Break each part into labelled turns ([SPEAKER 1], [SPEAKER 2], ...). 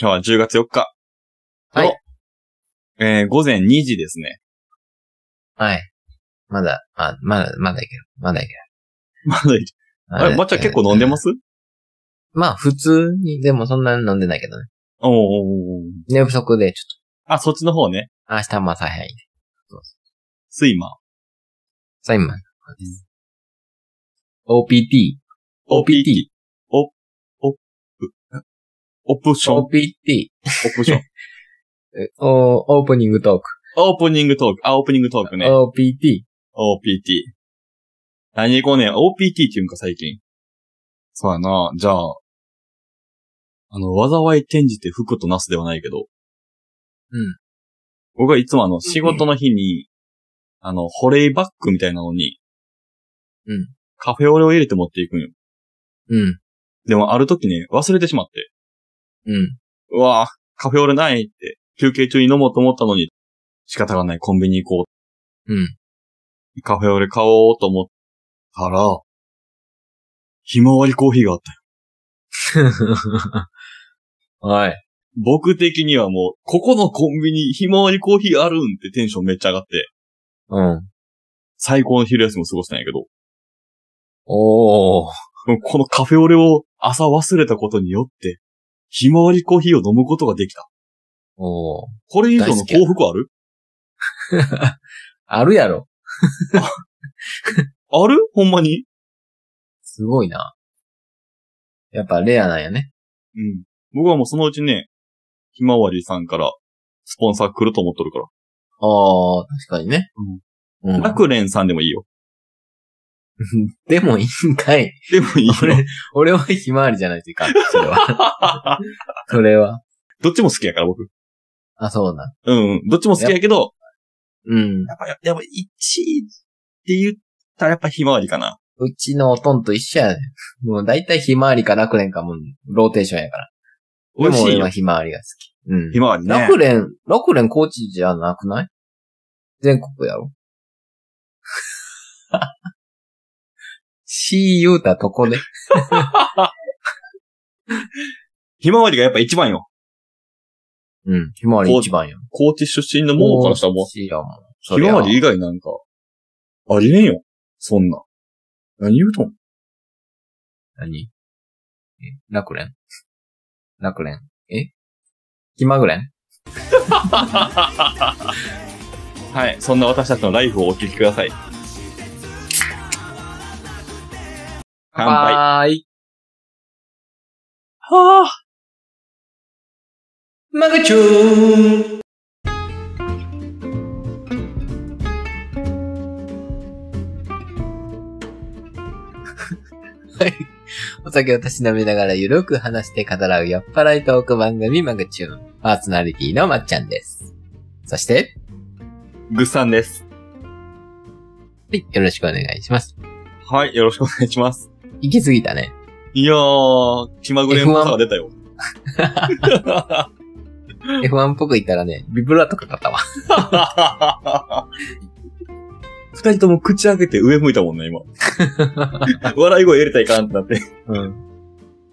[SPEAKER 1] 今日は10月4日。
[SPEAKER 2] はい
[SPEAKER 1] の。えー、午前2時ですね。
[SPEAKER 2] はい。まだ、まあ、まだ、まだいける。まだいける。
[SPEAKER 1] まだいる。あれ、抹茶結構飲んでますす
[SPEAKER 2] まあ、普通に、でもそんなに飲んでないけどね。
[SPEAKER 1] おーおーおー
[SPEAKER 2] 寝不足で、ちょ
[SPEAKER 1] あ、そっちの方ね。
[SPEAKER 2] っと、明日も朝早いね。
[SPEAKER 1] 睡魔。
[SPEAKER 2] サインマン。OPT。OPT。
[SPEAKER 1] お、お、オプション。オ
[SPEAKER 2] OPT。
[SPEAKER 1] プション。
[SPEAKER 2] えおオープニングトーク。
[SPEAKER 1] オープニングトーク。あ、オープニングトークね。
[SPEAKER 2] OPT。
[SPEAKER 1] OPT。何行こうね。OPT って言うんか、最近。そうやな。じゃあ、あの、災い転じて服となすではないけど。
[SPEAKER 2] うん。
[SPEAKER 1] 僕はいつもあの、仕事の日に、あの、保冷バッグみたいなのに、
[SPEAKER 2] うん。
[SPEAKER 1] カフェオレを入れて持っていくんよ。
[SPEAKER 2] うん。
[SPEAKER 1] でも、ある時ね、忘れてしまって。
[SPEAKER 2] うん。
[SPEAKER 1] うわぁ、カフェオレないって、休憩中に飲もうと思ったのに、仕方がない、コンビニ行こう
[SPEAKER 2] うん。
[SPEAKER 1] カフェオレ買おうと思ったら、ひまわりコーヒーがあったよ。
[SPEAKER 2] はい。
[SPEAKER 1] 僕的にはもう、ここのコンビニひまわりコーヒーあるんってテンションめっちゃ上がって、
[SPEAKER 2] うん。
[SPEAKER 1] 最高の昼休みを過ごしたんやけど、
[SPEAKER 2] おー。
[SPEAKER 1] このカフェオレを朝忘れたことによって、ひまわりコーヒーを飲むことができた。
[SPEAKER 2] おー。
[SPEAKER 1] これ以上の幸福ある
[SPEAKER 2] あるやろ。
[SPEAKER 1] あるほんまに
[SPEAKER 2] すごいな。やっぱレアなんやね。
[SPEAKER 1] うん。僕はもうそのうちね、ひまわりさんから、スポンサー来ると思っとるから。
[SPEAKER 2] ああ、確かにね。うん。
[SPEAKER 1] 楽連さんでもいいよ。
[SPEAKER 2] でもいいんかい。
[SPEAKER 1] でもいいよ。
[SPEAKER 2] 俺、俺はひまわりじゃないといかん。そ れは。それは。
[SPEAKER 1] どっちも好きやから僕。
[SPEAKER 2] あ、そうな。
[SPEAKER 1] うんうん。どっちも好きやけど、
[SPEAKER 2] うん。
[SPEAKER 1] やっぱ、ややっぱ1位って言ったらやっぱひまわりかな。
[SPEAKER 2] うちのおとんと一緒やねん。もう大体ひまわりか楽蓮かもう、ローテーションやから。
[SPEAKER 1] 美味
[SPEAKER 2] でも
[SPEAKER 1] しい
[SPEAKER 2] 俺
[SPEAKER 1] よ
[SPEAKER 2] は。ひまわりが好き。うん
[SPEAKER 1] ひ。まわりね
[SPEAKER 2] 楽。蓮、楽蓮高知じゃなくない全国 やろし言うたとこで。
[SPEAKER 1] ひまわりがやっぱ一番よ。
[SPEAKER 2] うん。ひまわり一番や。
[SPEAKER 1] 高知出身のもからしたらもう、
[SPEAKER 2] 高知やもんそ
[SPEAKER 1] ひ
[SPEAKER 2] りゃ
[SPEAKER 1] まわり以外なんか、ありえんよ。そんな。何言うとん
[SPEAKER 2] 何え、楽蓮楽蓮え気まぐれん
[SPEAKER 1] はい。そんな私たちのライフをお聞きください。乾杯。は
[SPEAKER 2] はーい。
[SPEAKER 1] あ。
[SPEAKER 2] マグチューン はい。お酒をたしなみながらゆるく話して語らう酔っ払いトーク番組マグチューン。パーソナリティのまっちゃんです。そして、
[SPEAKER 1] ぐっさんです。
[SPEAKER 2] はい、よろしくお願いします。
[SPEAKER 1] はい。よろしくお願いします。
[SPEAKER 2] 行き過ぎたね。
[SPEAKER 1] いやー、気まぐれんさが出たよ。
[SPEAKER 2] F1 っぽく言ったらね、ビブラとか買ったわ。
[SPEAKER 1] 二人とも口開けて上向いたもんね、 今。笑い声入れたらいかんってなって。
[SPEAKER 2] うん。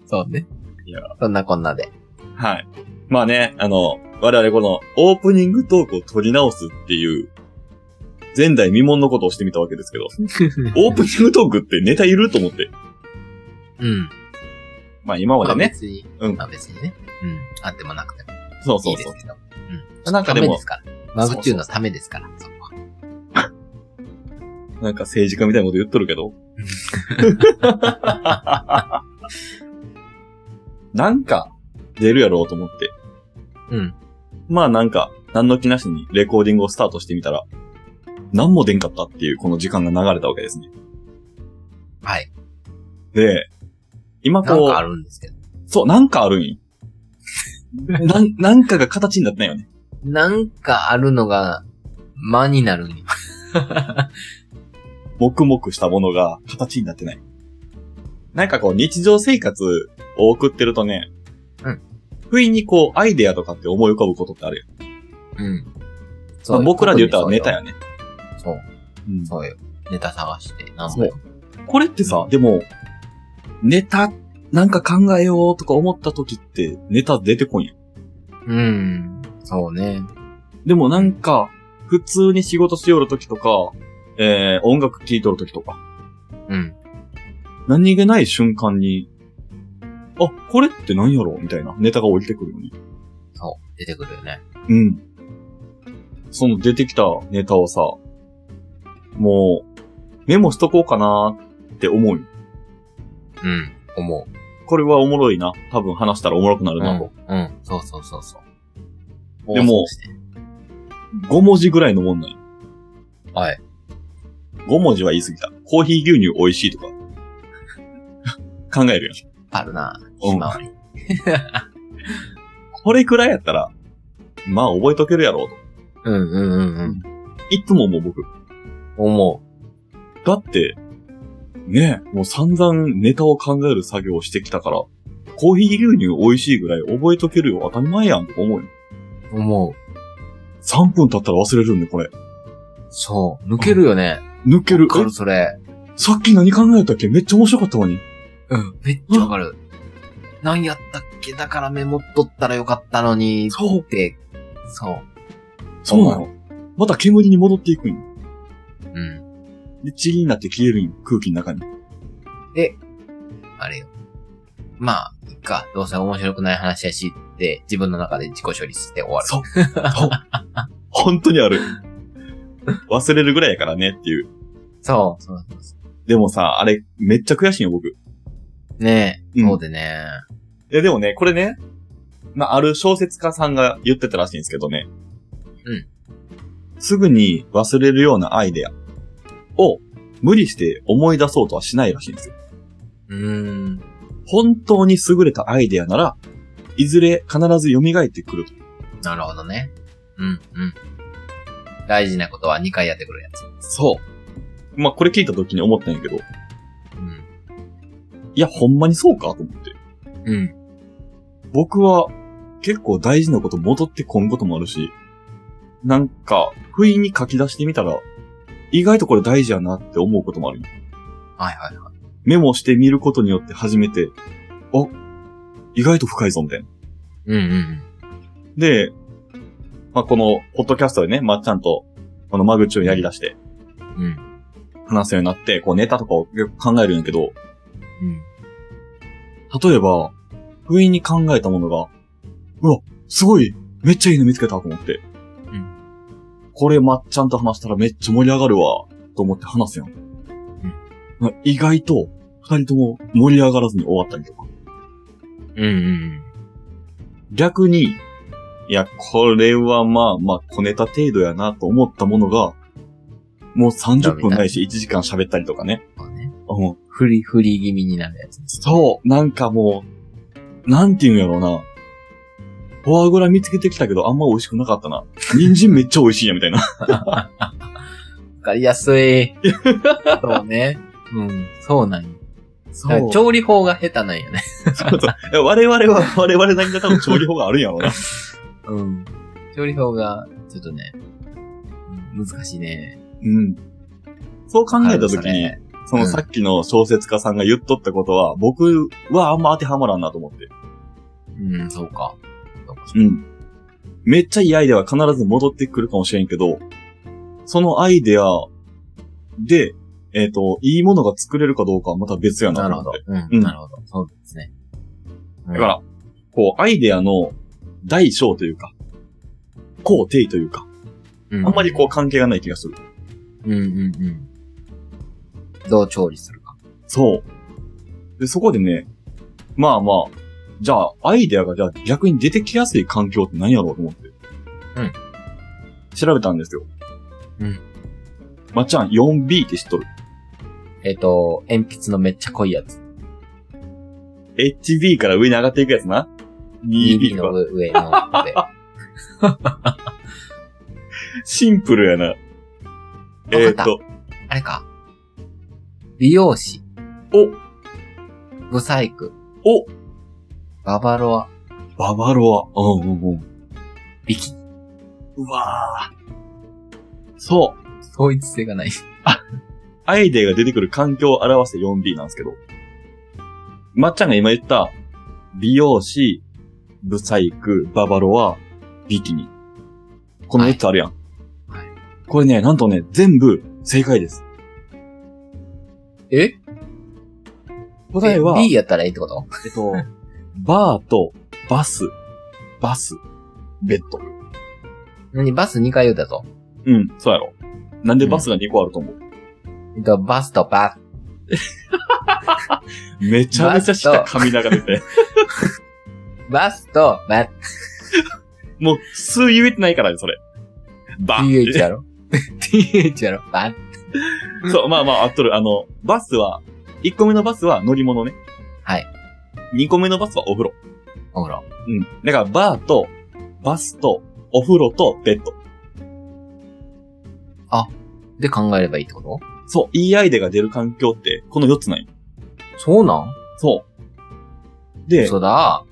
[SPEAKER 2] そうね。
[SPEAKER 1] いや
[SPEAKER 2] そんなこんなで。
[SPEAKER 1] はい。まあね、あの、我々このオープニングトークを取り直すっていう、前代未聞のことをしてみたわけですけ ど、 オープニングトークってネタいると思って。
[SPEAKER 2] うん。
[SPEAKER 1] まあ今まで
[SPEAKER 2] まあ
[SPEAKER 1] ね。
[SPEAKER 2] 別に、
[SPEAKER 1] うん
[SPEAKER 2] まあ別にね。うん。あってもなくても
[SPEAKER 1] そうそ
[SPEAKER 2] いういで
[SPEAKER 1] そ
[SPEAKER 2] す
[SPEAKER 1] う。
[SPEAKER 2] けど。
[SPEAKER 1] なんかで
[SPEAKER 2] ため
[SPEAKER 1] も
[SPEAKER 2] です、から。マグチューンのためですから。そこは
[SPEAKER 1] なんか政治家みたいなこと言っとるけ ど。なんか、出るやろうと思って。
[SPEAKER 2] うん。
[SPEAKER 1] まあなんか、何の気なしにレコーディングをスタートしてみたら、何も出んかったっていうこの時間が流れたわけですね。
[SPEAKER 2] はい。
[SPEAKER 1] で、今
[SPEAKER 2] なん
[SPEAKER 1] こ
[SPEAKER 2] かあ
[SPEAKER 1] う、
[SPEAKER 2] るんですけど。
[SPEAKER 1] そう、なんかあるん よ。なん、なんかが形になってないよね。
[SPEAKER 2] なんかあるのが、間になるんよ
[SPEAKER 1] 黙々したものが形になってない。なんかこう、日常生活を送ってるとね、
[SPEAKER 2] うん。
[SPEAKER 1] 不意にこう、アイデアとかって思い浮かぶことってあるよ。
[SPEAKER 2] うん。
[SPEAKER 1] まあ、僕らで言ったらネタ
[SPEAKER 2] よ。
[SPEAKER 1] やね。
[SPEAKER 2] そう、
[SPEAKER 1] うん
[SPEAKER 2] そうよ。ネタ探して、なん
[SPEAKER 1] そ
[SPEAKER 2] も
[SPEAKER 1] う。これってさ、でも、ネタ、なんか考えようとか思った時って、ネタ出てこんやん。
[SPEAKER 2] うん。そうね。
[SPEAKER 1] でもなんか、普通に仕事しよるときとか、えー、音楽聴いとるときとか、
[SPEAKER 2] うん。
[SPEAKER 1] 何気ない瞬間に、あ、これって何やろみたいなネタが降りてくるよね。
[SPEAKER 2] そう。出てくるよね。
[SPEAKER 1] うん。その出てきたネタをさ、もう、メモしとこうかなーって思うよ。
[SPEAKER 2] うん。思う。
[SPEAKER 1] これはおもろいな。多分話したらおもろくなるなと。
[SPEAKER 2] うん。うん。そうそうそうそう。
[SPEAKER 1] でも
[SPEAKER 2] 放送して
[SPEAKER 1] 5文字ぐらいのもんなんよ
[SPEAKER 2] はい。
[SPEAKER 1] 5文字は言い過ぎた。コーヒー牛乳美味しいとか。考えるやん。
[SPEAKER 2] あるな。
[SPEAKER 1] うん
[SPEAKER 2] ひまわり。
[SPEAKER 1] これくらいやったら、まあ覚えとけるやろうと。
[SPEAKER 2] うんうんうんうん。
[SPEAKER 1] いつももう僕、
[SPEAKER 2] 思
[SPEAKER 1] だって、ねえ、もう散々ネタを考える作業をしてきたから、コーヒー牛乳美味しいぐらい覚えとけるよ、当たり前やんとか思うよ。
[SPEAKER 2] う。思う。
[SPEAKER 1] 3分経ったら忘れるんで、これ。
[SPEAKER 2] そう。抜けるよね。
[SPEAKER 1] 抜ける。
[SPEAKER 2] わかる、それ。
[SPEAKER 1] えさっき何考えたっけめっちゃ面白かったのに。
[SPEAKER 2] うん。めっちゃわかる。何やったっけだからメモっとったらよかったのに。
[SPEAKER 1] そう。
[SPEAKER 2] って、そ
[SPEAKER 1] そうなの。また煙に戻っていくんよ。
[SPEAKER 2] う。うん。
[SPEAKER 1] で、塵になって消えるんよ、空気の中に。
[SPEAKER 2] あれよ。まあ、いっか。どうせ面白くない話やしって、自分の中で自己処理して終わる。
[SPEAKER 1] そう。そう。本当にある。忘れるぐらいやからねっていう。
[SPEAKER 2] そう。そうそうそ
[SPEAKER 1] でもさ、あれ、めっちゃ悔しいよ、僕。
[SPEAKER 2] うねえ。
[SPEAKER 1] うん
[SPEAKER 2] そうでね。
[SPEAKER 1] いや、でもね、これね、まあ、ある小説家さんが言ってたらしいんですけどね。
[SPEAKER 2] うん。
[SPEAKER 1] すぐに忘れるようなアイデアを無理して思い出そうとはしないらしいんですよ。
[SPEAKER 2] うーん。
[SPEAKER 1] 本当に優れたアイデアなら、いずれ必ず蘇ってくると。
[SPEAKER 2] なるほどね。うん、うん。大事なことは2回やってくるやつ。
[SPEAKER 1] そう。まあ、これ聞いた時に思ったんやけど、い
[SPEAKER 2] うん。
[SPEAKER 1] や、ほんまにそうかと思って。
[SPEAKER 2] うん。
[SPEAKER 1] 僕は結構大事なこと戻ってこんこともあるし、なんか、不意に書き出してみたら、意外とこれ大事やなって思うこともあるよ。
[SPEAKER 2] はいはいはい。
[SPEAKER 1] メモしてみることによって初めて、あ、意外と深いぞ、みたいな。
[SPEAKER 2] うんうん
[SPEAKER 1] で、まあ、この、ポッドキャストでね、まっちゃんと、この間口をやり出して、
[SPEAKER 2] うん。うん。
[SPEAKER 1] 話すようになって、こうネタとかをよく考えるんやけど、
[SPEAKER 2] うん。
[SPEAKER 1] 例えば、不意に考えたものが、うわ、すごい、めっちゃいいの見つけたと思って。
[SPEAKER 2] うん
[SPEAKER 1] これまっちゃんと話したらめっちゃ盛り上がるわ、と思って話すやん。まあ意外と、二人とも盛り上がらずに終わったりとか。
[SPEAKER 2] うんうん
[SPEAKER 1] 逆に、いや、これはまあまあ小ネタ程度やなと思ったものが、もう30分ないし1時間喋ったりとかね。
[SPEAKER 2] うん。そうね。
[SPEAKER 1] うん。
[SPEAKER 2] フリ、フリ気味になるやつです。
[SPEAKER 1] そう、なんかもう、なんて言うんやろうな。フォアグラ見つけてきたけどあんま美味しくなかったな。人参めっちゃ美味しいや、みたい な。
[SPEAKER 2] わかりやすい。そうね。うん。そうなんよ。だから調理法が下手なんよね。
[SPEAKER 1] そうそういや我々は、我々なりの多分調理法があるんやろう な。
[SPEAKER 2] うん。調理法が、ちょっとね、うん難しいね。
[SPEAKER 1] うん。そう考えたときに、
[SPEAKER 2] ある
[SPEAKER 1] そのさっきの小説家さんが言っとったことは、僕はあんま当てはまらんなと思って。
[SPEAKER 2] それうん、そうか。そうか
[SPEAKER 1] うん。めっちゃいいアイデアは必ず戻ってくるかもしれんけど、そのアイデアで、えっ、と、いいものが作れるかどうかはまた別やな
[SPEAKER 2] な
[SPEAKER 1] と
[SPEAKER 2] る
[SPEAKER 1] 思
[SPEAKER 2] ほ
[SPEAKER 1] って
[SPEAKER 2] ど。うん、
[SPEAKER 1] うん
[SPEAKER 2] なるほど。そうですね。うん
[SPEAKER 1] だか、ら、こう、アイデアの大小というか、高低というか、
[SPEAKER 2] う
[SPEAKER 1] あんまりこう関係がない気がする。
[SPEAKER 2] うんうんうん。どう調理するか。
[SPEAKER 1] そう。で、そこでね、まあまあ、じゃあ、アイデアがじゃあ逆に出てきやすい環境って何やろうと思って。
[SPEAKER 2] うん。
[SPEAKER 1] 調べたんですよ。
[SPEAKER 2] うん。
[SPEAKER 1] まっちゃん 4B って知っとる
[SPEAKER 2] えっ、と、鉛筆のめっちゃ濃いやつ。
[SPEAKER 1] ?HB から上に上がっていくやつな ?2B
[SPEAKER 2] の
[SPEAKER 1] か。
[SPEAKER 2] 上ので。
[SPEAKER 1] シンプルやな。えっ、と、
[SPEAKER 2] あれか。美容師、
[SPEAKER 1] お、
[SPEAKER 2] ブサイク、
[SPEAKER 1] お、
[SPEAKER 2] ババロア、
[SPEAKER 1] ババロア。うんうんうん。
[SPEAKER 2] ビキ。
[SPEAKER 1] うわぁ。そう。
[SPEAKER 2] 統一性がない。
[SPEAKER 1] アイデアが出てくる環境を表して 4B なんですけど。まっちゃんが今言った、美容師、ブサイク、ババロア、ビキニ。この
[SPEAKER 2] はい
[SPEAKER 1] 3つあるやん。
[SPEAKER 2] はい
[SPEAKER 1] これね、なんとね、全部正解です。
[SPEAKER 2] え
[SPEAKER 1] 答えは、
[SPEAKER 2] え ?B やったらいいってこと
[SPEAKER 1] えっと、 バーとバス、バス、ベッド。
[SPEAKER 2] 何バス2回言うたぞ。
[SPEAKER 1] うん、そうやろ。なんでバスが2個あると思う、
[SPEAKER 2] えっと、バスとバ
[SPEAKER 1] めちゃめちゃした髪長出て。
[SPEAKER 2] ス。バスとバス。
[SPEAKER 1] もう、数言えてないからね、それ。バ
[SPEAKER 2] TH や ろ ?TH やろバス。
[SPEAKER 1] そう、まあまあ、あっとる。あの、バスは、1個目のバスは乗り物ね。
[SPEAKER 2] はい。
[SPEAKER 1] 2個目のバスはお風呂。
[SPEAKER 2] お風呂。
[SPEAKER 1] うん。だから、バーと、バスと、お風呂と、ベッド。
[SPEAKER 2] で考えればいいってこと
[SPEAKER 1] そう、いいアイデアが出る環境って、この4つなんよ。
[SPEAKER 2] そうなん
[SPEAKER 1] そう。で、
[SPEAKER 2] そうだ。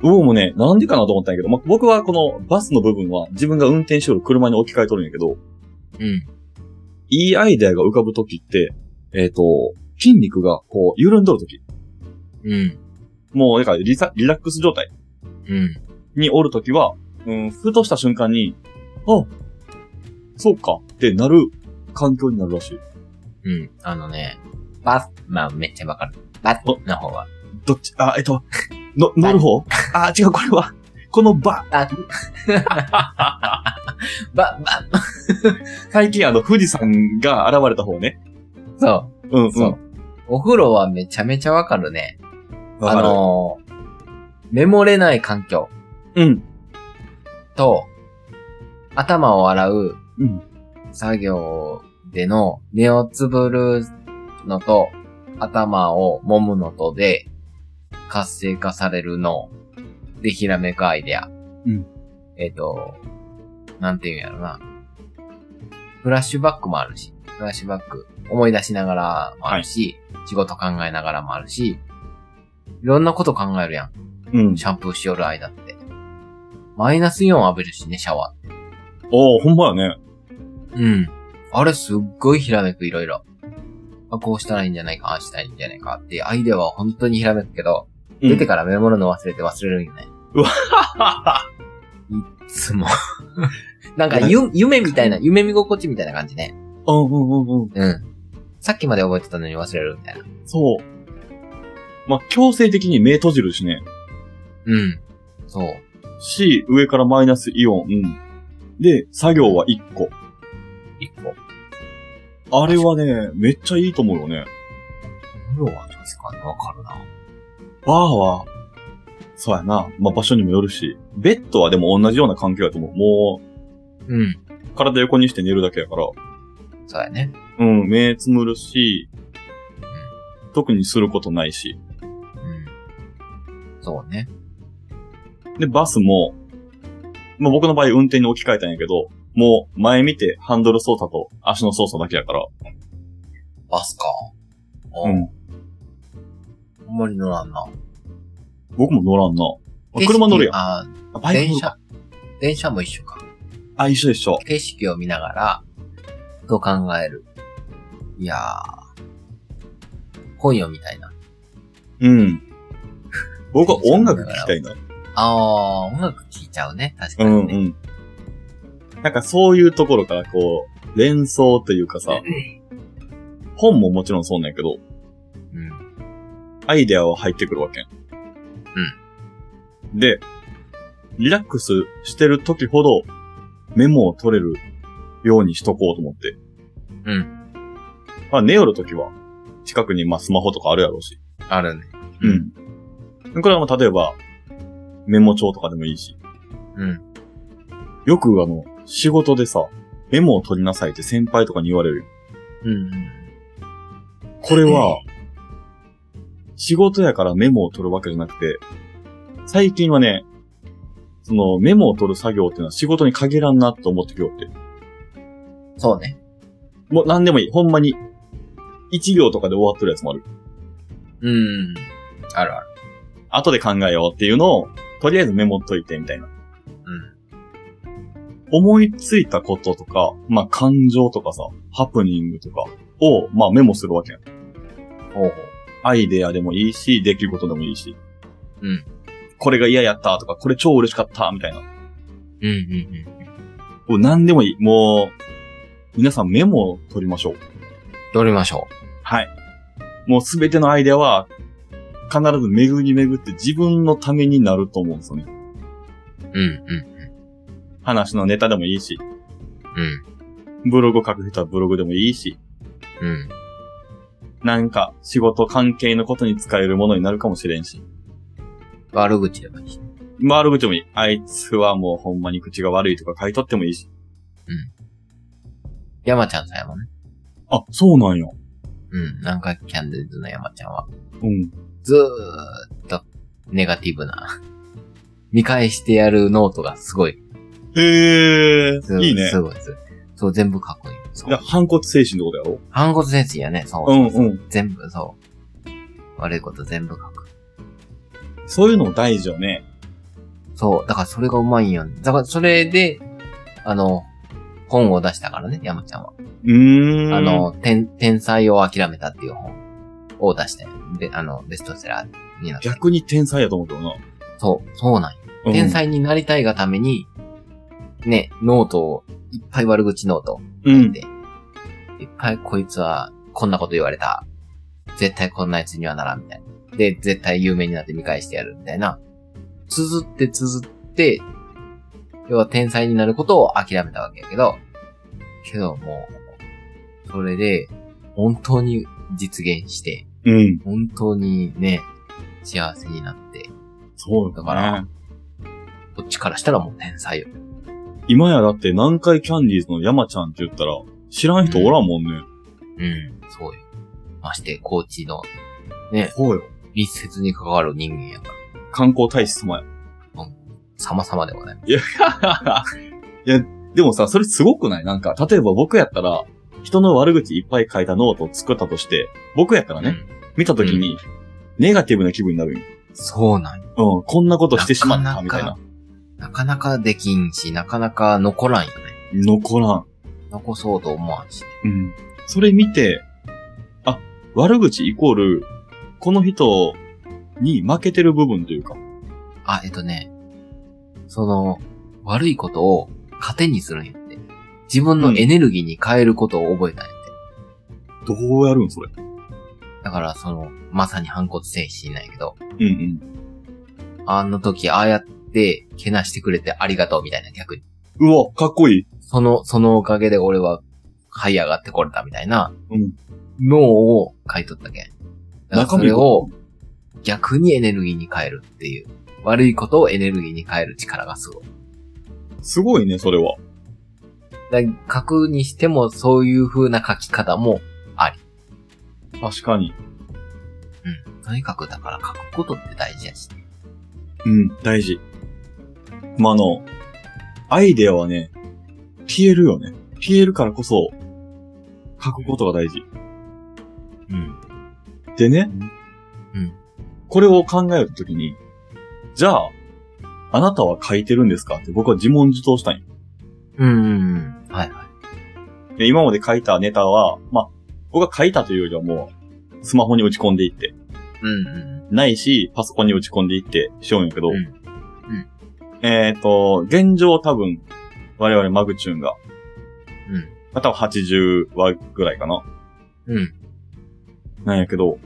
[SPEAKER 1] 僕もね、なんでかなと思ったんやけど、まあ、僕はこのバスの部分は自分が運転しよる車に置き換えとるんやけど、
[SPEAKER 2] うん。
[SPEAKER 1] いいアイデアが浮かぶときって、えっ、と、筋肉がこう、緩んどるとき。
[SPEAKER 2] うん。
[SPEAKER 1] もう、だからリサリラックス状態
[SPEAKER 2] うん。
[SPEAKER 1] におるときは、うん、ふとした瞬間に、あ、そうかってなる環境になるらしい。
[SPEAKER 2] うん。あのね、バス、まあめっちゃわかる。バスの方が。
[SPEAKER 1] どっち、あ、えっと、の、乗る方あ、違う、これは、このバ、
[SPEAKER 2] バ、バ、
[SPEAKER 1] 最近あの、富士山が現れた方ね。
[SPEAKER 2] そ
[SPEAKER 1] うん、う
[SPEAKER 2] う、そ
[SPEAKER 1] ん
[SPEAKER 2] う。。お風呂はめちゃめちゃわかるね。
[SPEAKER 1] わ
[SPEAKER 2] あ
[SPEAKER 1] かる
[SPEAKER 2] のー、メモれない環境
[SPEAKER 1] うん。
[SPEAKER 2] と、頭を洗う
[SPEAKER 1] うん。
[SPEAKER 2] 作業での目をつぶるのと、頭を揉むのとで、活性化されるの。で、ひらめくアイデア。
[SPEAKER 1] うん。
[SPEAKER 2] えっ、と、なんていうんやろな。フラッシュバックもあるし、フラッシュバック思い出しながらもあるし、仕事考えながらもあるし、いろんなこと考えるやん。
[SPEAKER 1] うん。
[SPEAKER 2] シャンプーしよる間って。マイナスイオン浴びるしね、シャワーって
[SPEAKER 1] おー、ほんまやね。
[SPEAKER 2] うん。あれすっごいひらめくいろいろ。あ、こうしたらいいんじゃないか、ああしたらいいんじゃないかっていうアイデアは本当にひらめくけど、
[SPEAKER 1] うん
[SPEAKER 2] 出てからメモるの忘れて忘れるんよね。
[SPEAKER 1] うわ
[SPEAKER 2] いっつも。 なんかゆ、夢みたいな、夢見心地みたいな感じね。
[SPEAKER 1] うんうんうんうん。
[SPEAKER 2] うん。さっきまで覚えてたのに忘れるみたいな。
[SPEAKER 1] そう。まあ、強制的に目閉じるしね。
[SPEAKER 2] うん。そう。
[SPEAKER 1] し、上からマイナスイオン。うん。で、作業は1個。
[SPEAKER 2] 一個。
[SPEAKER 1] あれはね、めっちゃいいと思うよね。
[SPEAKER 2] 風呂は確かにわかるな。
[SPEAKER 1] バーは、そうやな。まあ、場所にもよるし。ベッドはでも同じような環境やと思う。も
[SPEAKER 2] うん。
[SPEAKER 1] う、体横にして寝るだけやから。
[SPEAKER 2] そうやね。
[SPEAKER 1] うん、目つむるし、特にすることないし。
[SPEAKER 2] うん。そうね。
[SPEAKER 1] で、バスも、まあ、僕の場合運転に置き換えたんやけど、もう前見てハンドル操作と足の操作だけやから。
[SPEAKER 2] バスか。
[SPEAKER 1] う。ん。
[SPEAKER 2] あんまり乗らんな。
[SPEAKER 1] 僕も乗らんな。あ車乗るやん。
[SPEAKER 2] あ
[SPEAKER 1] あバイク
[SPEAKER 2] 電
[SPEAKER 1] 乗るか。
[SPEAKER 2] 車。電車も一緒か。
[SPEAKER 1] あ、一緒一緒。
[SPEAKER 2] 景色を見ながら、と考える。いやー。本読みたいな。
[SPEAKER 1] うん。僕は音楽聴きたいな。
[SPEAKER 2] あー、音楽聴いちゃうね。確か
[SPEAKER 1] うん
[SPEAKER 2] に
[SPEAKER 1] う
[SPEAKER 2] ね。
[SPEAKER 1] ん。なんかそういうところからこう、連想というかさ、本ももちろんそうなんやけど、
[SPEAKER 2] うん。
[SPEAKER 1] アイデアは入ってくるわけ。うん。で、リラックスしてる時ほどメモを取れるようにしとこうと思って。。
[SPEAKER 2] うん
[SPEAKER 1] まあ寝よる時は、近くにまあスマホとかあるやろうし。
[SPEAKER 2] あるね。
[SPEAKER 1] うん。これはまあ例えば、メモ帳とかでもいいし。
[SPEAKER 2] うん。
[SPEAKER 1] よくあの、仕事でさ、メモを取りなさいって先輩とかに言われるよ。
[SPEAKER 2] うん。
[SPEAKER 1] これは、仕事やからメモを取るわけじゃなくて、最近はね、そのメモを取る作業っていうのは仕事に限らんなと思ってきよって。
[SPEAKER 2] そうね。
[SPEAKER 1] もう何でもいい。ほんまに、1行とかで終わってるやつもある。
[SPEAKER 2] うん。あるある。
[SPEAKER 1] 後で考えようっていうのを、とりあえずメモっといてみたいな。
[SPEAKER 2] うん。
[SPEAKER 1] 思いついたこととか、まあ感情とかさ、ハプニングとかを、まあメモするわけやん。
[SPEAKER 2] ほうほう。
[SPEAKER 1] アイデアでもいいし、出来事でもいいし。
[SPEAKER 2] うん。
[SPEAKER 1] これが嫌やったとか、これ超嬉しかったみたいな。
[SPEAKER 2] うんうんうん。
[SPEAKER 1] もう何でもいい。もう、皆さんメモを取りましょう。
[SPEAKER 2] 撮りましょ
[SPEAKER 1] はい。もうすべてのアイデアは、必ず巡り巡って自分のためになると思うんですよね。
[SPEAKER 2] う。うんうん
[SPEAKER 1] 話のネタでもいいし、
[SPEAKER 2] うん。
[SPEAKER 1] ブログを書く人はブログでもいいし、
[SPEAKER 2] うん。
[SPEAKER 1] なんか仕事関係のことに使えるものになるかもしれんし。
[SPEAKER 2] 悪口でもいいし。
[SPEAKER 1] 悪口もいい。あいつはもうほんまに口が悪いとか書いとってもいいし。
[SPEAKER 2] 山ちゃんさんやもんね。
[SPEAKER 1] あ、そうなんや。
[SPEAKER 2] うん。なんかキャンデルズの山ちゃんは。
[SPEAKER 1] うん。
[SPEAKER 2] ずーっと、ネガティブな。見返してやるノートがすごい。
[SPEAKER 1] へえ
[SPEAKER 2] すご
[SPEAKER 1] ー、いいね
[SPEAKER 2] す。ごいすごい。そう、全部かっこいい。そ
[SPEAKER 1] いや、
[SPEAKER 2] う。
[SPEAKER 1] 反骨精神ってことやろ
[SPEAKER 2] 反骨精神やね。そう
[SPEAKER 1] う
[SPEAKER 2] そ
[SPEAKER 1] ん
[SPEAKER 2] うそう、
[SPEAKER 1] うん。
[SPEAKER 2] 全部、そう。悪いこと全部書く。
[SPEAKER 1] そういうのも大事よね。
[SPEAKER 2] そう。だからそれがうまいんよ、ね。だからそれで、あの、本を出したからね、山ちゃんは。
[SPEAKER 1] うーん。
[SPEAKER 2] あ、の、天、天才を諦めたっていう本を出して、で、あの、ベストセラーになった。
[SPEAKER 1] 逆に天才やと思うけどな。
[SPEAKER 2] そう、そうなんよ
[SPEAKER 1] うん
[SPEAKER 2] 天才になりたいがために、ね、ノートを、いっぱい悪口ノートを
[SPEAKER 1] う
[SPEAKER 2] 書い
[SPEAKER 1] ん。
[SPEAKER 2] て、いっぱいこいつはこんなこと言われた。絶対こんなやつにはならんみたいな。で、絶対有名になって見返してやるみたいな。綴って綴って、要は天才になることを諦めたわけやけど、けどもう、それで、本当に実現して、
[SPEAKER 1] うん。
[SPEAKER 2] 本当にね、幸せになって、
[SPEAKER 1] そうだ
[SPEAKER 2] だ
[SPEAKER 1] か
[SPEAKER 2] からら。こっちからしたらもう天才よ。
[SPEAKER 1] 今やだって南海キャンディーズの山ちゃんって言ったら、知らん人おらんもんね。
[SPEAKER 2] うん、そうよ。まして、コーチの
[SPEAKER 1] そうよ。
[SPEAKER 2] 密接に関わる人間やから、
[SPEAKER 1] 観光大使様や。
[SPEAKER 2] 様々でございます。
[SPEAKER 1] いや、でもさ、それすごくないなんか、例えば僕やったら、人の悪口いっぱい書いたノートを作ったとして、僕やったらね、
[SPEAKER 2] うん
[SPEAKER 1] 見たときに、ネガティブな気分になるんよ
[SPEAKER 2] そうなんよ
[SPEAKER 1] うん、こんなことしてしまった、みたいな。
[SPEAKER 2] なかなかできんし、なかなか残らんよね。
[SPEAKER 1] 残らん。
[SPEAKER 2] 残そうと思わんし、ね。
[SPEAKER 1] うん。それ見て、あ、悪口イコール、この人に負けてる部分というか。
[SPEAKER 2] あ、えっとね、その、悪いことを糧にするんやって。自分のエネルギーに変えることを覚えたんやって。
[SPEAKER 1] どうやるんそれ。
[SPEAKER 2] だから、その、まさに反骨精神なんやけど、
[SPEAKER 1] うん
[SPEAKER 2] あの時ああやって、けなしてくれてありがとうみたいな逆に。
[SPEAKER 1] うん。うわ、かっこいい。
[SPEAKER 2] その、そのおかげで俺は、這い上がってこれたみたいな、
[SPEAKER 1] うん。
[SPEAKER 2] 脳を書いとったけん。だからそれを逆にエネルギーに変えるっていう。悪いことをエネルギーに変える力がすごい。
[SPEAKER 1] すごいね、それは。
[SPEAKER 2] だ書くにしてもそういう風な書き方も、
[SPEAKER 1] 確かに。
[SPEAKER 2] うん。とにかくだから書くことって大事やし。
[SPEAKER 1] うん、大事。まあ、あの、アイデアはね、消えるよね。消えるからこそ、書くことが大事。
[SPEAKER 2] うん。
[SPEAKER 1] でね、
[SPEAKER 2] うん。
[SPEAKER 1] これを考えるときに、じゃあ、あなたは書いてるんですかって僕は自問自答したい。
[SPEAKER 2] うんうんうん。はいはい。
[SPEAKER 1] で、今まで書いたネタは、まあ、僕が書いたというよりはもう、スマホに打ち込んでいって、
[SPEAKER 2] うんうん。
[SPEAKER 1] ないし、パソコンに打ち込んでいってしようんやけど、
[SPEAKER 2] うん
[SPEAKER 1] えっ、と、現状多分、我々マグチューンが、
[SPEAKER 2] うん。
[SPEAKER 1] まあ、多分80話ぐらいかな。
[SPEAKER 2] うん。
[SPEAKER 1] なんやけど、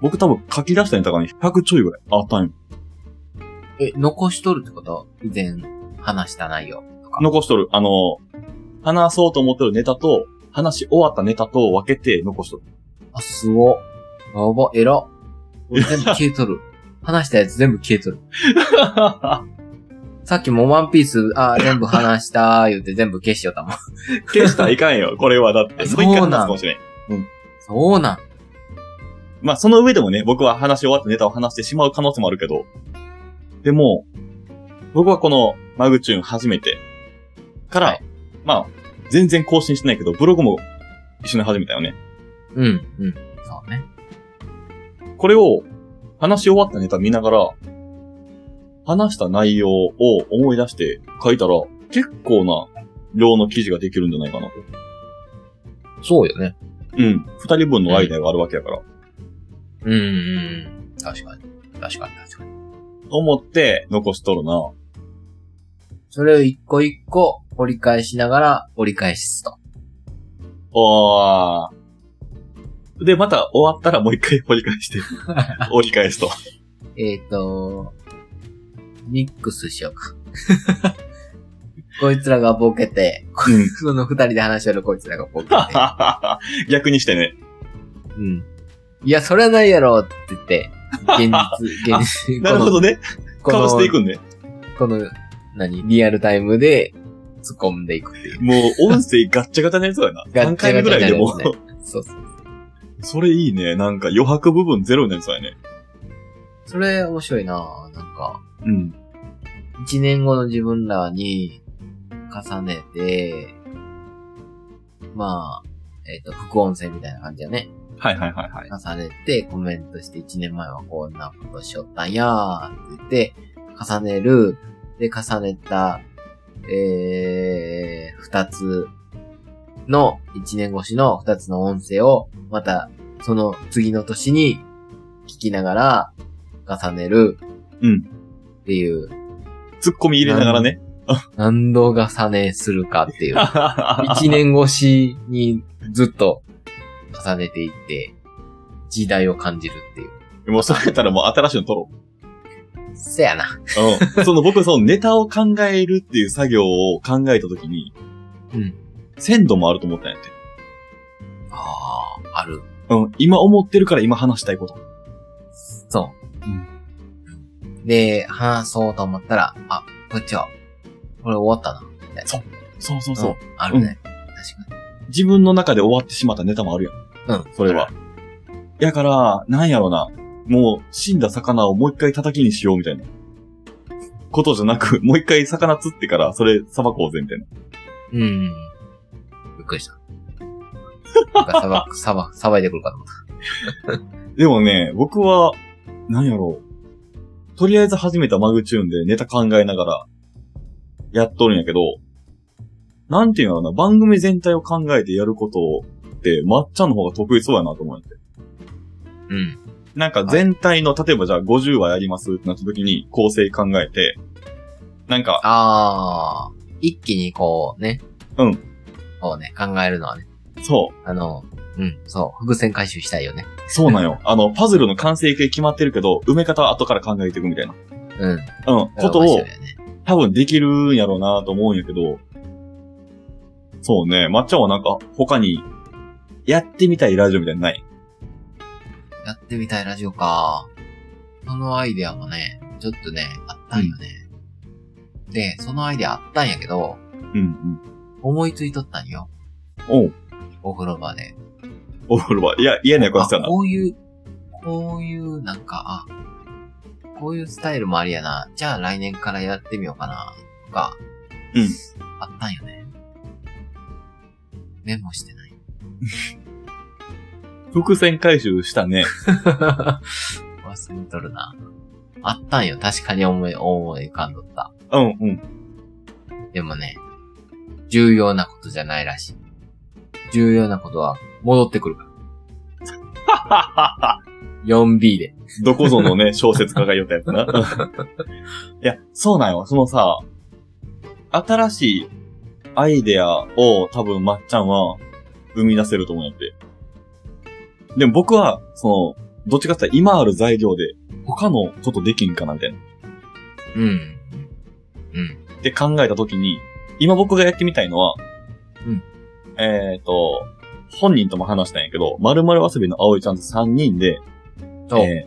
[SPEAKER 1] 僕多分書き出したネタがね、100ちょいぐらいあったんよ。
[SPEAKER 2] え、残しとるってこと以前話した内容。
[SPEAKER 1] 残しとる。あの、話そうと思ってるネタと、話し終わったネタと分けて残 しとる。
[SPEAKER 2] あ、すご。やば、えら。俺全部消えとる。話したやつ全部消えとる。さっきもワンピース、あー全部話したー言って全部消しよったもん。
[SPEAKER 1] 消したらいかんよ。これはだって。
[SPEAKER 2] そう
[SPEAKER 1] もう一
[SPEAKER 2] な
[SPEAKER 1] 回
[SPEAKER 2] の
[SPEAKER 1] 話すかもしれん。
[SPEAKER 2] そうなん。
[SPEAKER 1] まあ、その上でもね、僕は話し終わったネタを話してしまう可能性もあるけど。でも、僕はこのマグチューン初めてから、
[SPEAKER 2] はい
[SPEAKER 1] まあ、全然更新してないけど、ブログも一緒に始めたよね。
[SPEAKER 2] うん、うん。そうね。
[SPEAKER 1] これを、話し終わったネタ見ながら、話した内容を思い出して書いたら、結構な量の記事ができるんじゃないかなと。
[SPEAKER 2] そうよね。
[SPEAKER 1] うん。二人分のアイデアがあるわけやから。
[SPEAKER 2] うん、うん。確かに。確かに、確かに。
[SPEAKER 1] 思って残しとるな。
[SPEAKER 2] それを一個一個掘り返しながら折り返すと。
[SPEAKER 1] おー。で、また終わったらもう一回折り返 して、折り返すと。
[SPEAKER 2] えっ、ー、と、ミックスしようか。こいつらがボケて、こ
[SPEAKER 1] うん
[SPEAKER 2] その二人で話し合るこいつらがボケて。
[SPEAKER 1] 逆にしてね。
[SPEAKER 2] うん。いや、それはないやろって言って、現 実、現実、
[SPEAKER 1] なるほどね。
[SPEAKER 2] こ
[SPEAKER 1] かぶ
[SPEAKER 2] の、
[SPEAKER 1] していくんね。
[SPEAKER 2] この、何、リアルタイムで突っ込んでいくっていう。
[SPEAKER 1] もう音声ガッチャガチャなやつだな。
[SPEAKER 2] ガ
[SPEAKER 1] 3
[SPEAKER 2] ッチャ
[SPEAKER 1] 回目
[SPEAKER 2] ガチ
[SPEAKER 1] ぐ
[SPEAKER 2] ャ
[SPEAKER 1] らい
[SPEAKER 2] にな
[SPEAKER 1] で
[SPEAKER 2] るや
[SPEAKER 1] も
[SPEAKER 2] つ
[SPEAKER 1] う
[SPEAKER 2] ね。そうそう。
[SPEAKER 1] それいいね。なんか余白部分ゼロのやつだね。
[SPEAKER 2] それ面白いなぁなんか、
[SPEAKER 1] うん。
[SPEAKER 2] 一年後の自分らに重ねて、まあ、えっ、と、副音声みたいな感じだね。
[SPEAKER 1] はいはいはいはい。
[SPEAKER 2] 重ねて、コメントして、1年前はこんなことしよったんやーって言って、重ねる。で、重ねた、えー、二つの、1年越しの2つの音声を、また、その次の年に聞きながら、重ねる。
[SPEAKER 1] うん。
[SPEAKER 2] っていう、
[SPEAKER 1] 突っ込み入れながらね。
[SPEAKER 2] 何度重ねするかっていう。一
[SPEAKER 1] 一。
[SPEAKER 2] 年越しにずっと重ねていって、時代を感じるってい う。
[SPEAKER 1] もうそれやったらもう新しいの撮ろう。
[SPEAKER 2] せやな。
[SPEAKER 1] うん。その僕、そのネタを考えるっていう作業を考えたときに、
[SPEAKER 2] うん。
[SPEAKER 1] 鮮度もあると思ったんやって。
[SPEAKER 2] ああ、ある。
[SPEAKER 1] うん。今思ってるから今話したいこと。
[SPEAKER 2] そう。
[SPEAKER 1] う
[SPEAKER 2] で、話そうと思ったら、あ、こっちは、これ終わったな。
[SPEAKER 1] そうそうそう。
[SPEAKER 2] んあるね。確
[SPEAKER 1] 自分の中で終わってしまったネタもあるやん。
[SPEAKER 2] うん
[SPEAKER 1] それは。やから、なんやろな。もう、死んだ魚をもう一回叩きにしようみたいな。ことじゃなく、も う一回魚釣ってから、それ、さばこうぜ、みたいな。
[SPEAKER 2] かに。うん。びっくりした。なんかさば、 さば、さばいてくるかと思っ
[SPEAKER 1] でもね、僕は、なんやろう。とりあえず始めたマグチューンでネタ考えながら、やっとるんやけど、なんていうのかな、番組全体を考えてやることって、まっちゃんの方が得意そうやなと思うんやって。
[SPEAKER 2] た。うん。
[SPEAKER 1] なんか全体の、例えばじゃあ50話やりますってなった時に構成考えて、なんか、
[SPEAKER 2] ああ、一気にこうね。
[SPEAKER 1] うん。
[SPEAKER 2] こうね、考えるのはね。
[SPEAKER 1] そう、
[SPEAKER 2] あの、うん、そう、伏線回収したいよね。
[SPEAKER 1] そうなん よ。あの、パズルの完成形決まってるけど、埋め方は後から考えていくみたいな。
[SPEAKER 2] うん。
[SPEAKER 1] うん、ことを
[SPEAKER 2] 面白いよね
[SPEAKER 1] 多分できるんやろうなと思うんやけど、そうね、まっちゃんはなんか他にやってみたいラジオみたいなのない
[SPEAKER 2] やってみたいラジオか。そのアイデアもね、ちょっとね、あったんよね。で、そのアイデアあったんやけど、
[SPEAKER 1] うんうん。
[SPEAKER 2] 思いついとったんよ。
[SPEAKER 1] おう、
[SPEAKER 2] お風呂場で。
[SPEAKER 1] お風呂場。いや、嫌な予感
[SPEAKER 2] あ
[SPEAKER 1] したな。
[SPEAKER 2] こういう、こういう、なんか、あ、こういうスタイルもありやな。じゃあ来年からやってみようかな。とか、
[SPEAKER 1] うん
[SPEAKER 2] あったんよね。メモしてない。
[SPEAKER 1] 伏線回収したね。
[SPEAKER 2] 忘れとるな。あったんよ。確かに思い、思い浮かんどった。
[SPEAKER 1] うん うん。
[SPEAKER 2] でもね、重要なことじゃないらしい。重要なことは戻ってくるから。4B で。
[SPEAKER 1] どこぞのね、小説家が言ったやつな。いや、そうなんよ。そのさ、新しいアイデアを多分まっちゃんは生み出せると思うんやって。でも僕は、その、どっちかって言ったら今ある材料で他のことできんかなみたいな。
[SPEAKER 2] うん。うん。
[SPEAKER 1] って考えたときに、今僕がやってみたいのは、
[SPEAKER 2] うん
[SPEAKER 1] えっ、と、本人とも話したんやけど、〇〇遊びの葵ちゃんと3人で、
[SPEAKER 2] そう。
[SPEAKER 1] え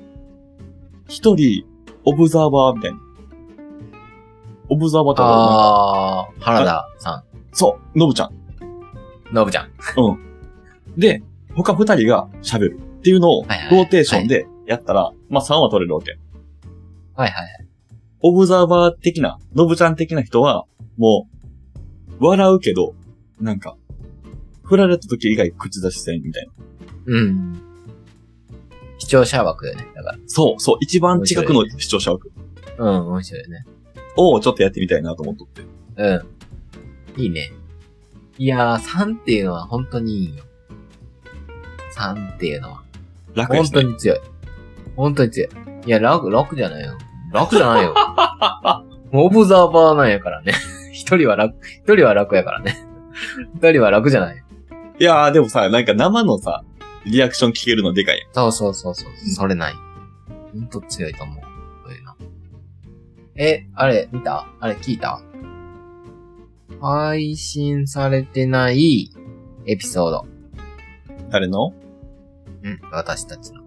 [SPEAKER 1] ー、1人、オブザーバーみたいな。オブザーバーとか、
[SPEAKER 2] あー、原田さ
[SPEAKER 1] そう、のぶちゃん。
[SPEAKER 2] ん、のぶちゃん。
[SPEAKER 1] で、他2人が喋るっていうのを、
[SPEAKER 2] はいはい
[SPEAKER 1] ローテーションでやったら、まあ3は取れるわけ。
[SPEAKER 2] はいはい。
[SPEAKER 1] オブザーバー的な、のぶちゃん的な人は、もう、笑うけど、なんか、振られた時以外口出しせんみたいな。
[SPEAKER 2] うん。視聴者枠よね。だか
[SPEAKER 1] そう、そう、一番近くの視聴者枠
[SPEAKER 2] ら。うん、面白いよね。
[SPEAKER 1] をちょっとやってみたいなと思っとって。
[SPEAKER 2] うん。いいね。いやー、3っていうのは本当にいいよ。3っていうのは。
[SPEAKER 1] 楽や
[SPEAKER 2] 本
[SPEAKER 1] し
[SPEAKER 2] 当
[SPEAKER 1] ね。
[SPEAKER 2] に強い。本当に強い。いや、楽、楽じゃないよ。楽じゃ ないよ。もうオブザーバーなんやからね。 一人は楽、一人は楽やからね。一人は楽じゃないよ。
[SPEAKER 1] いやー、でもさ、なんか生のさ、リアクション聞けるのでかいやん。
[SPEAKER 2] そうそうそうそう。それない。ほんと強いと思う。そういうの。え、あれ、見たあれ、聞いた配信されてないエピソード。
[SPEAKER 1] 誰の
[SPEAKER 2] うん、私たちの。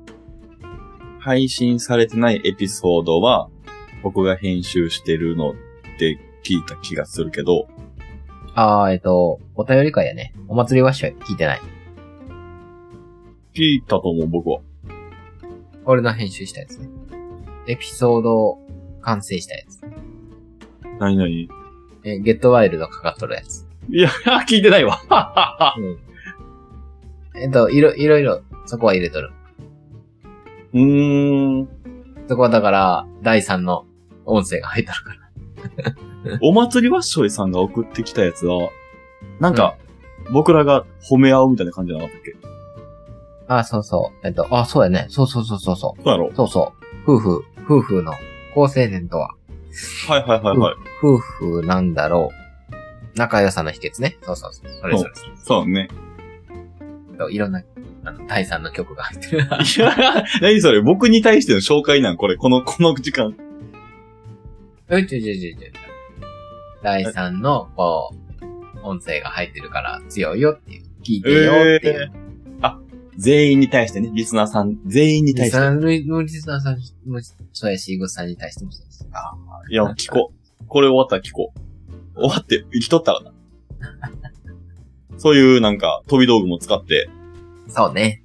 [SPEAKER 1] 配信されてないエピソードは、僕が編集してるのって聞いた気がするけど、
[SPEAKER 2] あー、えっと、お便り会やね。お祭りはしは聞いてない。
[SPEAKER 1] 聞いたと思う、僕は。
[SPEAKER 2] 俺の編集したやつね。エピソード完成したやつ。
[SPEAKER 1] 何々い
[SPEAKER 2] え、ゲットワイルドかかっとるやつ。
[SPEAKER 1] や、 聞いてないわ。
[SPEAKER 2] えっと、いろ、いろいろ、そこは入れとる。
[SPEAKER 1] うーん。
[SPEAKER 2] そこはだから、第3の音声が入っとるから。
[SPEAKER 1] お祭りわっしょいさんが送ってきたやつは、なんか、僕らが褒め合うみたいな感じじゃなかったっけ
[SPEAKER 2] あ、そうそう。えっと、あ、そうやね。そうそうそうそうそ
[SPEAKER 1] そうやろ
[SPEAKER 2] う。そうそう。夫婦、夫婦の、構成年とは、
[SPEAKER 1] はいはいはいはい。
[SPEAKER 2] 夫婦なんだろう。仲良さの秘訣ね。そうそうそう。それそれそれ
[SPEAKER 1] そうね。
[SPEAKER 2] えっと。いろんな、あの、第3の曲が入ってる。
[SPEAKER 1] い や、何それ僕に対しての紹介なんこれ、この、この時間。
[SPEAKER 2] うん、ちょいちょいちょいちょい。第3の、こう、音声が入ってるから強いよっていう。聞いてよっていう。
[SPEAKER 1] 全員に対してね、リスナーさん、全員に対
[SPEAKER 2] リ
[SPEAKER 1] し
[SPEAKER 2] ス
[SPEAKER 1] て。
[SPEAKER 2] ナーのリスナーさんもそうやし、イグさんに対してもそうです。あ
[SPEAKER 1] いや、聞こう。これ終わったら聞こう。終わって、生きとったらな。そういうなんか、飛び道具も使って、
[SPEAKER 2] そうね。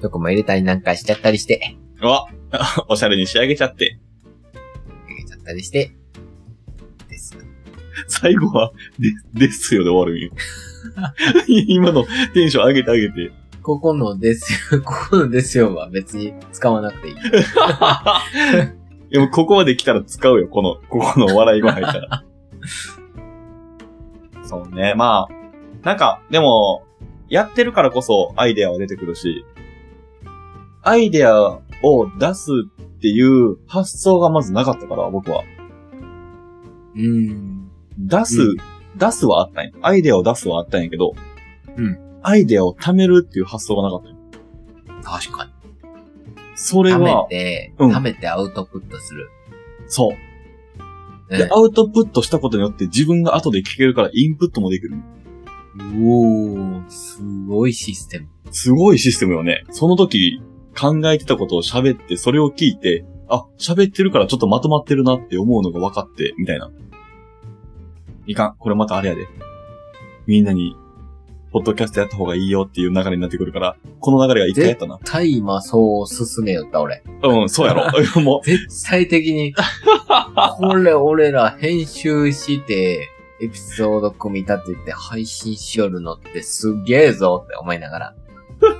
[SPEAKER 2] 曲も入れたりなんかしちゃったりして、
[SPEAKER 1] うわ、 おしゃれに仕上げちゃって、
[SPEAKER 2] 入れちゃったりして、です。
[SPEAKER 1] 最後は、で、ですよで終わるんよ。今のテンション上げて上げて。
[SPEAKER 2] ここのですよ、こ このですよは別に使わなくていい。
[SPEAKER 1] でもここまで来たら使うよ、この、ここの笑い声入ったら。 そうね、まあ、なんか、でも、やってるからこそアイデアは出てくるし、アイデアを出すっていう発想がまずなかったから、僕は。
[SPEAKER 2] うん。
[SPEAKER 1] 出す、
[SPEAKER 2] うん
[SPEAKER 1] 出すはあったんや。アイデアを出すはあったんやけど、
[SPEAKER 2] うん
[SPEAKER 1] アイデアを貯めるっていう発想がなかったんよ。
[SPEAKER 2] 確かに。
[SPEAKER 1] それ
[SPEAKER 2] 貯め
[SPEAKER 1] は、
[SPEAKER 2] て、
[SPEAKER 1] うん
[SPEAKER 2] 貯めてアウトプットする。
[SPEAKER 1] そう。
[SPEAKER 2] う
[SPEAKER 1] で、アウトプットしたことによって自分が後で聞けるからインプットもできる。
[SPEAKER 2] んおー、すごいシステム。
[SPEAKER 1] すごいシステムよね。その時考えてたことを喋って、それを聞いて、あ、喋ってるからちょっとまとまってるなって思うのが分かって、みたいな。いかん。これまたあれやで。みんなに、ポッドキャストやった方がいいよっていう流れになってくるから、この流れが一回やったな。
[SPEAKER 2] タイマそう進めよった俺。
[SPEAKER 1] うん、そうやろ。 も
[SPEAKER 2] 絶対 的に、これ俺ら編集して、エピソード組み立てて配信しよるのってすげえぞって思いながら。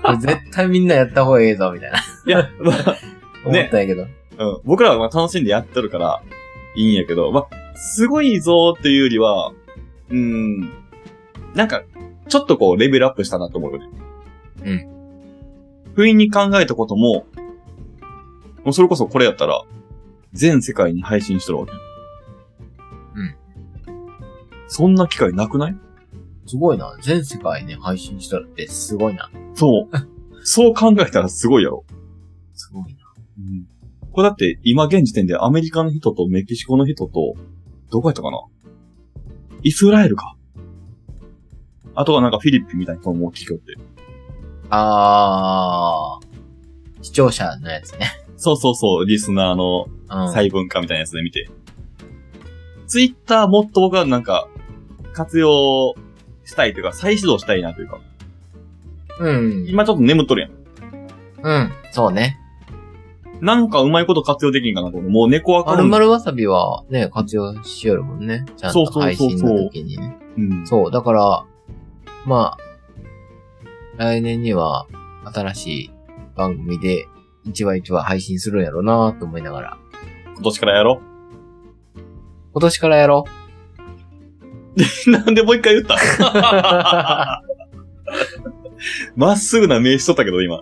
[SPEAKER 2] これ絶対みんなやった方がええぞみた いな
[SPEAKER 1] う、いや、まあ、
[SPEAKER 2] 思ったんやけど。
[SPEAKER 1] うん、僕らはまあ楽しんでやってるから、いいんやけど、まあ、すごいぞーっていうよりは、うーん、なんか、ちょっとこう、レベルアップしたなと思うよね。うん。不意に考えたことも、もうそれこそこれやったら、全世界に配信してるわけ。
[SPEAKER 2] ん
[SPEAKER 1] そんな機会なくない
[SPEAKER 2] すごいな。全世界ね、配信しとるってすごいな。
[SPEAKER 1] そう。そう考えたらすごいやろ。
[SPEAKER 2] すごいな。
[SPEAKER 1] うん。これだって、今現時点でアメリカの人とメキシコの人と、どこやったかなイスラエルか。あとはなんかフィリピンみたいな人も大きくって。
[SPEAKER 2] あー、視聴者のやつね。
[SPEAKER 1] そうそうそう、リスナーの
[SPEAKER 2] うん。
[SPEAKER 1] 細分化みたいなやつで見て。ツイッターもっと僕はなんか、活用したいというか、再始動したいなというか、
[SPEAKER 2] うん。
[SPEAKER 1] 今ちょっと眠っとるやん。
[SPEAKER 2] うん。そうね。
[SPEAKER 1] なんかうまいこと活用できんかなと思う。もう猫ア
[SPEAKER 2] あ
[SPEAKER 1] カ
[SPEAKER 2] る
[SPEAKER 1] ウン
[SPEAKER 2] ま
[SPEAKER 1] ト。
[SPEAKER 2] るわさびはね、活用しよるもんね。ちゃん
[SPEAKER 1] そう
[SPEAKER 2] と
[SPEAKER 1] そうそうそう
[SPEAKER 2] 配信の時にね。
[SPEAKER 1] うん。
[SPEAKER 2] そう、だから、まあ、来年には新しい番組で一話一話配信するんやろうなと思いながら。
[SPEAKER 1] 今年からやろ
[SPEAKER 2] 今年からやろ う。
[SPEAKER 1] う。 なんでもう一回言ったまっすぐな名刺取ったけど、今。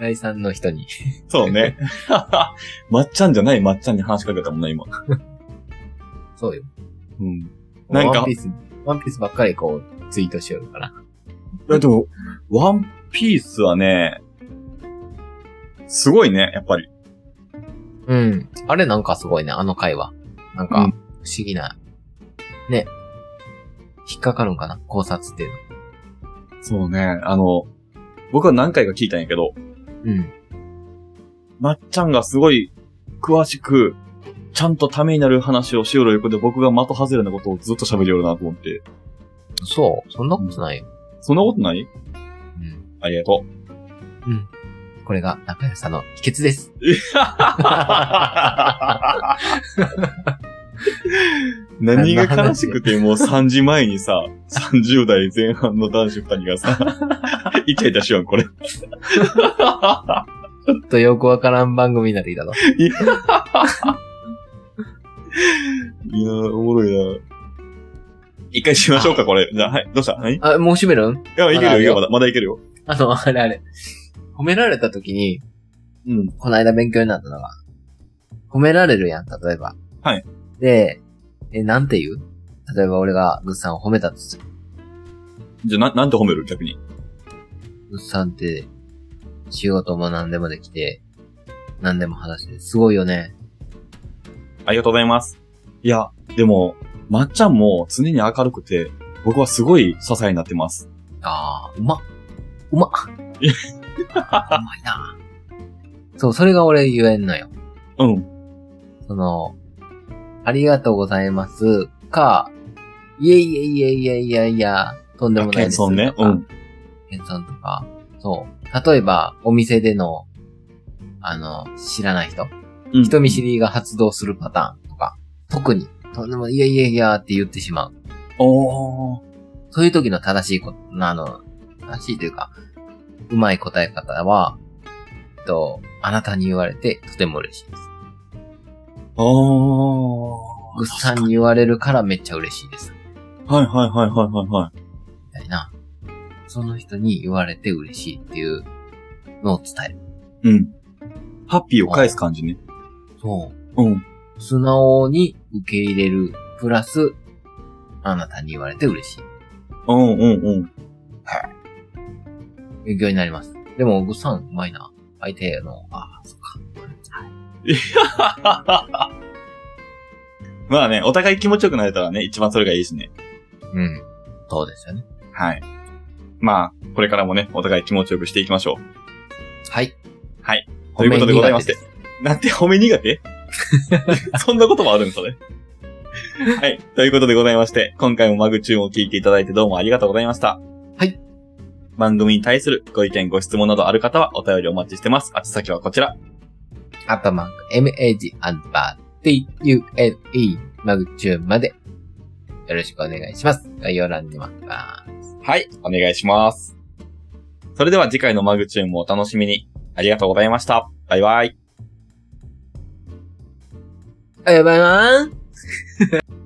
[SPEAKER 2] 第三の人に。
[SPEAKER 1] そう ね。まっちゃんじゃないまっちゃんに話しかけたもんな、今。
[SPEAKER 2] そうよ。
[SPEAKER 1] うん。なんか
[SPEAKER 2] ワンピース、ワンピースばっかりこう、ツイートしよるから。
[SPEAKER 1] いや、でも、ワンピースはね、すごいね、やっぱり。
[SPEAKER 2] うん。あれなんかすごいね、あの回は。なんか、
[SPEAKER 1] うん
[SPEAKER 2] 不思議な、ね。引っかかるんかな考察っていうの。
[SPEAKER 1] そうね、あの、僕は何回か聞いたんやけど、
[SPEAKER 2] うん。
[SPEAKER 1] まっちゃんがすごい詳しく、ちゃんとためになる話をしよる横で僕が的外れなことをずっと喋りよるなと思って。
[SPEAKER 2] そう。そんなことないよ。
[SPEAKER 1] そんなことない
[SPEAKER 2] うん。
[SPEAKER 1] ありがとう。
[SPEAKER 2] これが仲良さの秘訣です。
[SPEAKER 1] 何が悲しくてもう3時前にさ、30代前半の男子2人がさ、 イチャイチャしよん、これ。
[SPEAKER 2] ちょっとよくわからん番組になっていた ぞ。
[SPEAKER 1] いやー、おもろいな。一回しましょうか、これ。じゃあ、はい。どうしたはいい
[SPEAKER 2] あ、もう閉めるん
[SPEAKER 1] や、いけるよ、いけるよ
[SPEAKER 2] ま
[SPEAKER 1] まだ、まだいけるよ。
[SPEAKER 2] あの、あれあれ。褒められた時に、
[SPEAKER 1] うん。
[SPEAKER 2] この間勉強になったのが、褒められるやん、例えば。
[SPEAKER 1] はい。
[SPEAKER 2] で、え、なんて言う例えば俺がグッさんを褒めたとする。
[SPEAKER 1] じゃあ、な、なんて褒める逆に。
[SPEAKER 2] グッさんって、仕事も何でもできて、何でも話して、すごいよね。
[SPEAKER 1] ありがとうございます。いや、でも、まっちゃんも常に明るくて、僕はすごい支えになってます。
[SPEAKER 2] ああ、うまっ。うまっ。うまいな。そう、それが俺言えんのよ。
[SPEAKER 1] うん。
[SPEAKER 2] その、ありがとうございますか、いえいえいえいえいやいや、とんでもないですと
[SPEAKER 1] 謙遜
[SPEAKER 2] か。
[SPEAKER 1] ね。うん。
[SPEAKER 2] 謙遜とか。そう。例えば、お店での、あの、知らない人、
[SPEAKER 1] うん
[SPEAKER 2] 人見知りが発動するパターンとか、特に、とんでもいやいやいやって言ってしまう。
[SPEAKER 1] おー。
[SPEAKER 2] そういう時の正しいこと、あの、正しいというか、うまい答え方は、えっと、あなたに言われてとても嬉しいです。
[SPEAKER 1] お
[SPEAKER 2] ぐっさんに言われるからめっちゃ嬉しいです。
[SPEAKER 1] ー。はいはいはいはいはいはい。
[SPEAKER 2] みたいな。その人に言われて嬉しいっていうのを伝える。
[SPEAKER 1] うん。ハッピーを返す感じね。
[SPEAKER 2] そ
[SPEAKER 1] うん。
[SPEAKER 2] う。素直に受け入れる。プラス、あなたに言われて嬉しい。
[SPEAKER 1] うんうんうん。
[SPEAKER 2] 勉強になります。でも、ぐっさんうまいな。相手の、ああ、そっか。
[SPEAKER 1] まあね、お互い気持ちよくなれたらね、一番それがいいしね。
[SPEAKER 2] うん。そうですよね。
[SPEAKER 1] はい。まあ、これからもね、お互い気持ちよくしていきましょう。
[SPEAKER 2] はい。
[SPEAKER 1] はい。ということでございまして。なんて褒め苦 手そんなこともあるんそれ。はい。ということでございまして、今回もマグチューンを聞いていただいてどうもありがとうございました。
[SPEAKER 2] はい。
[SPEAKER 1] 番組に対するご意見、ご質問などある方はお便りお待ちしてます。あち先はこちら。
[SPEAKER 2] アットマーク、MAG アンバー TUNE マグチューンまで。よろしくお願いします。概要欄にもあります。
[SPEAKER 1] はい。お願いします。それでは次回のマグチューンもお楽しみに。ありがとうございました。バイバイ。
[SPEAKER 2] ありがとうございます。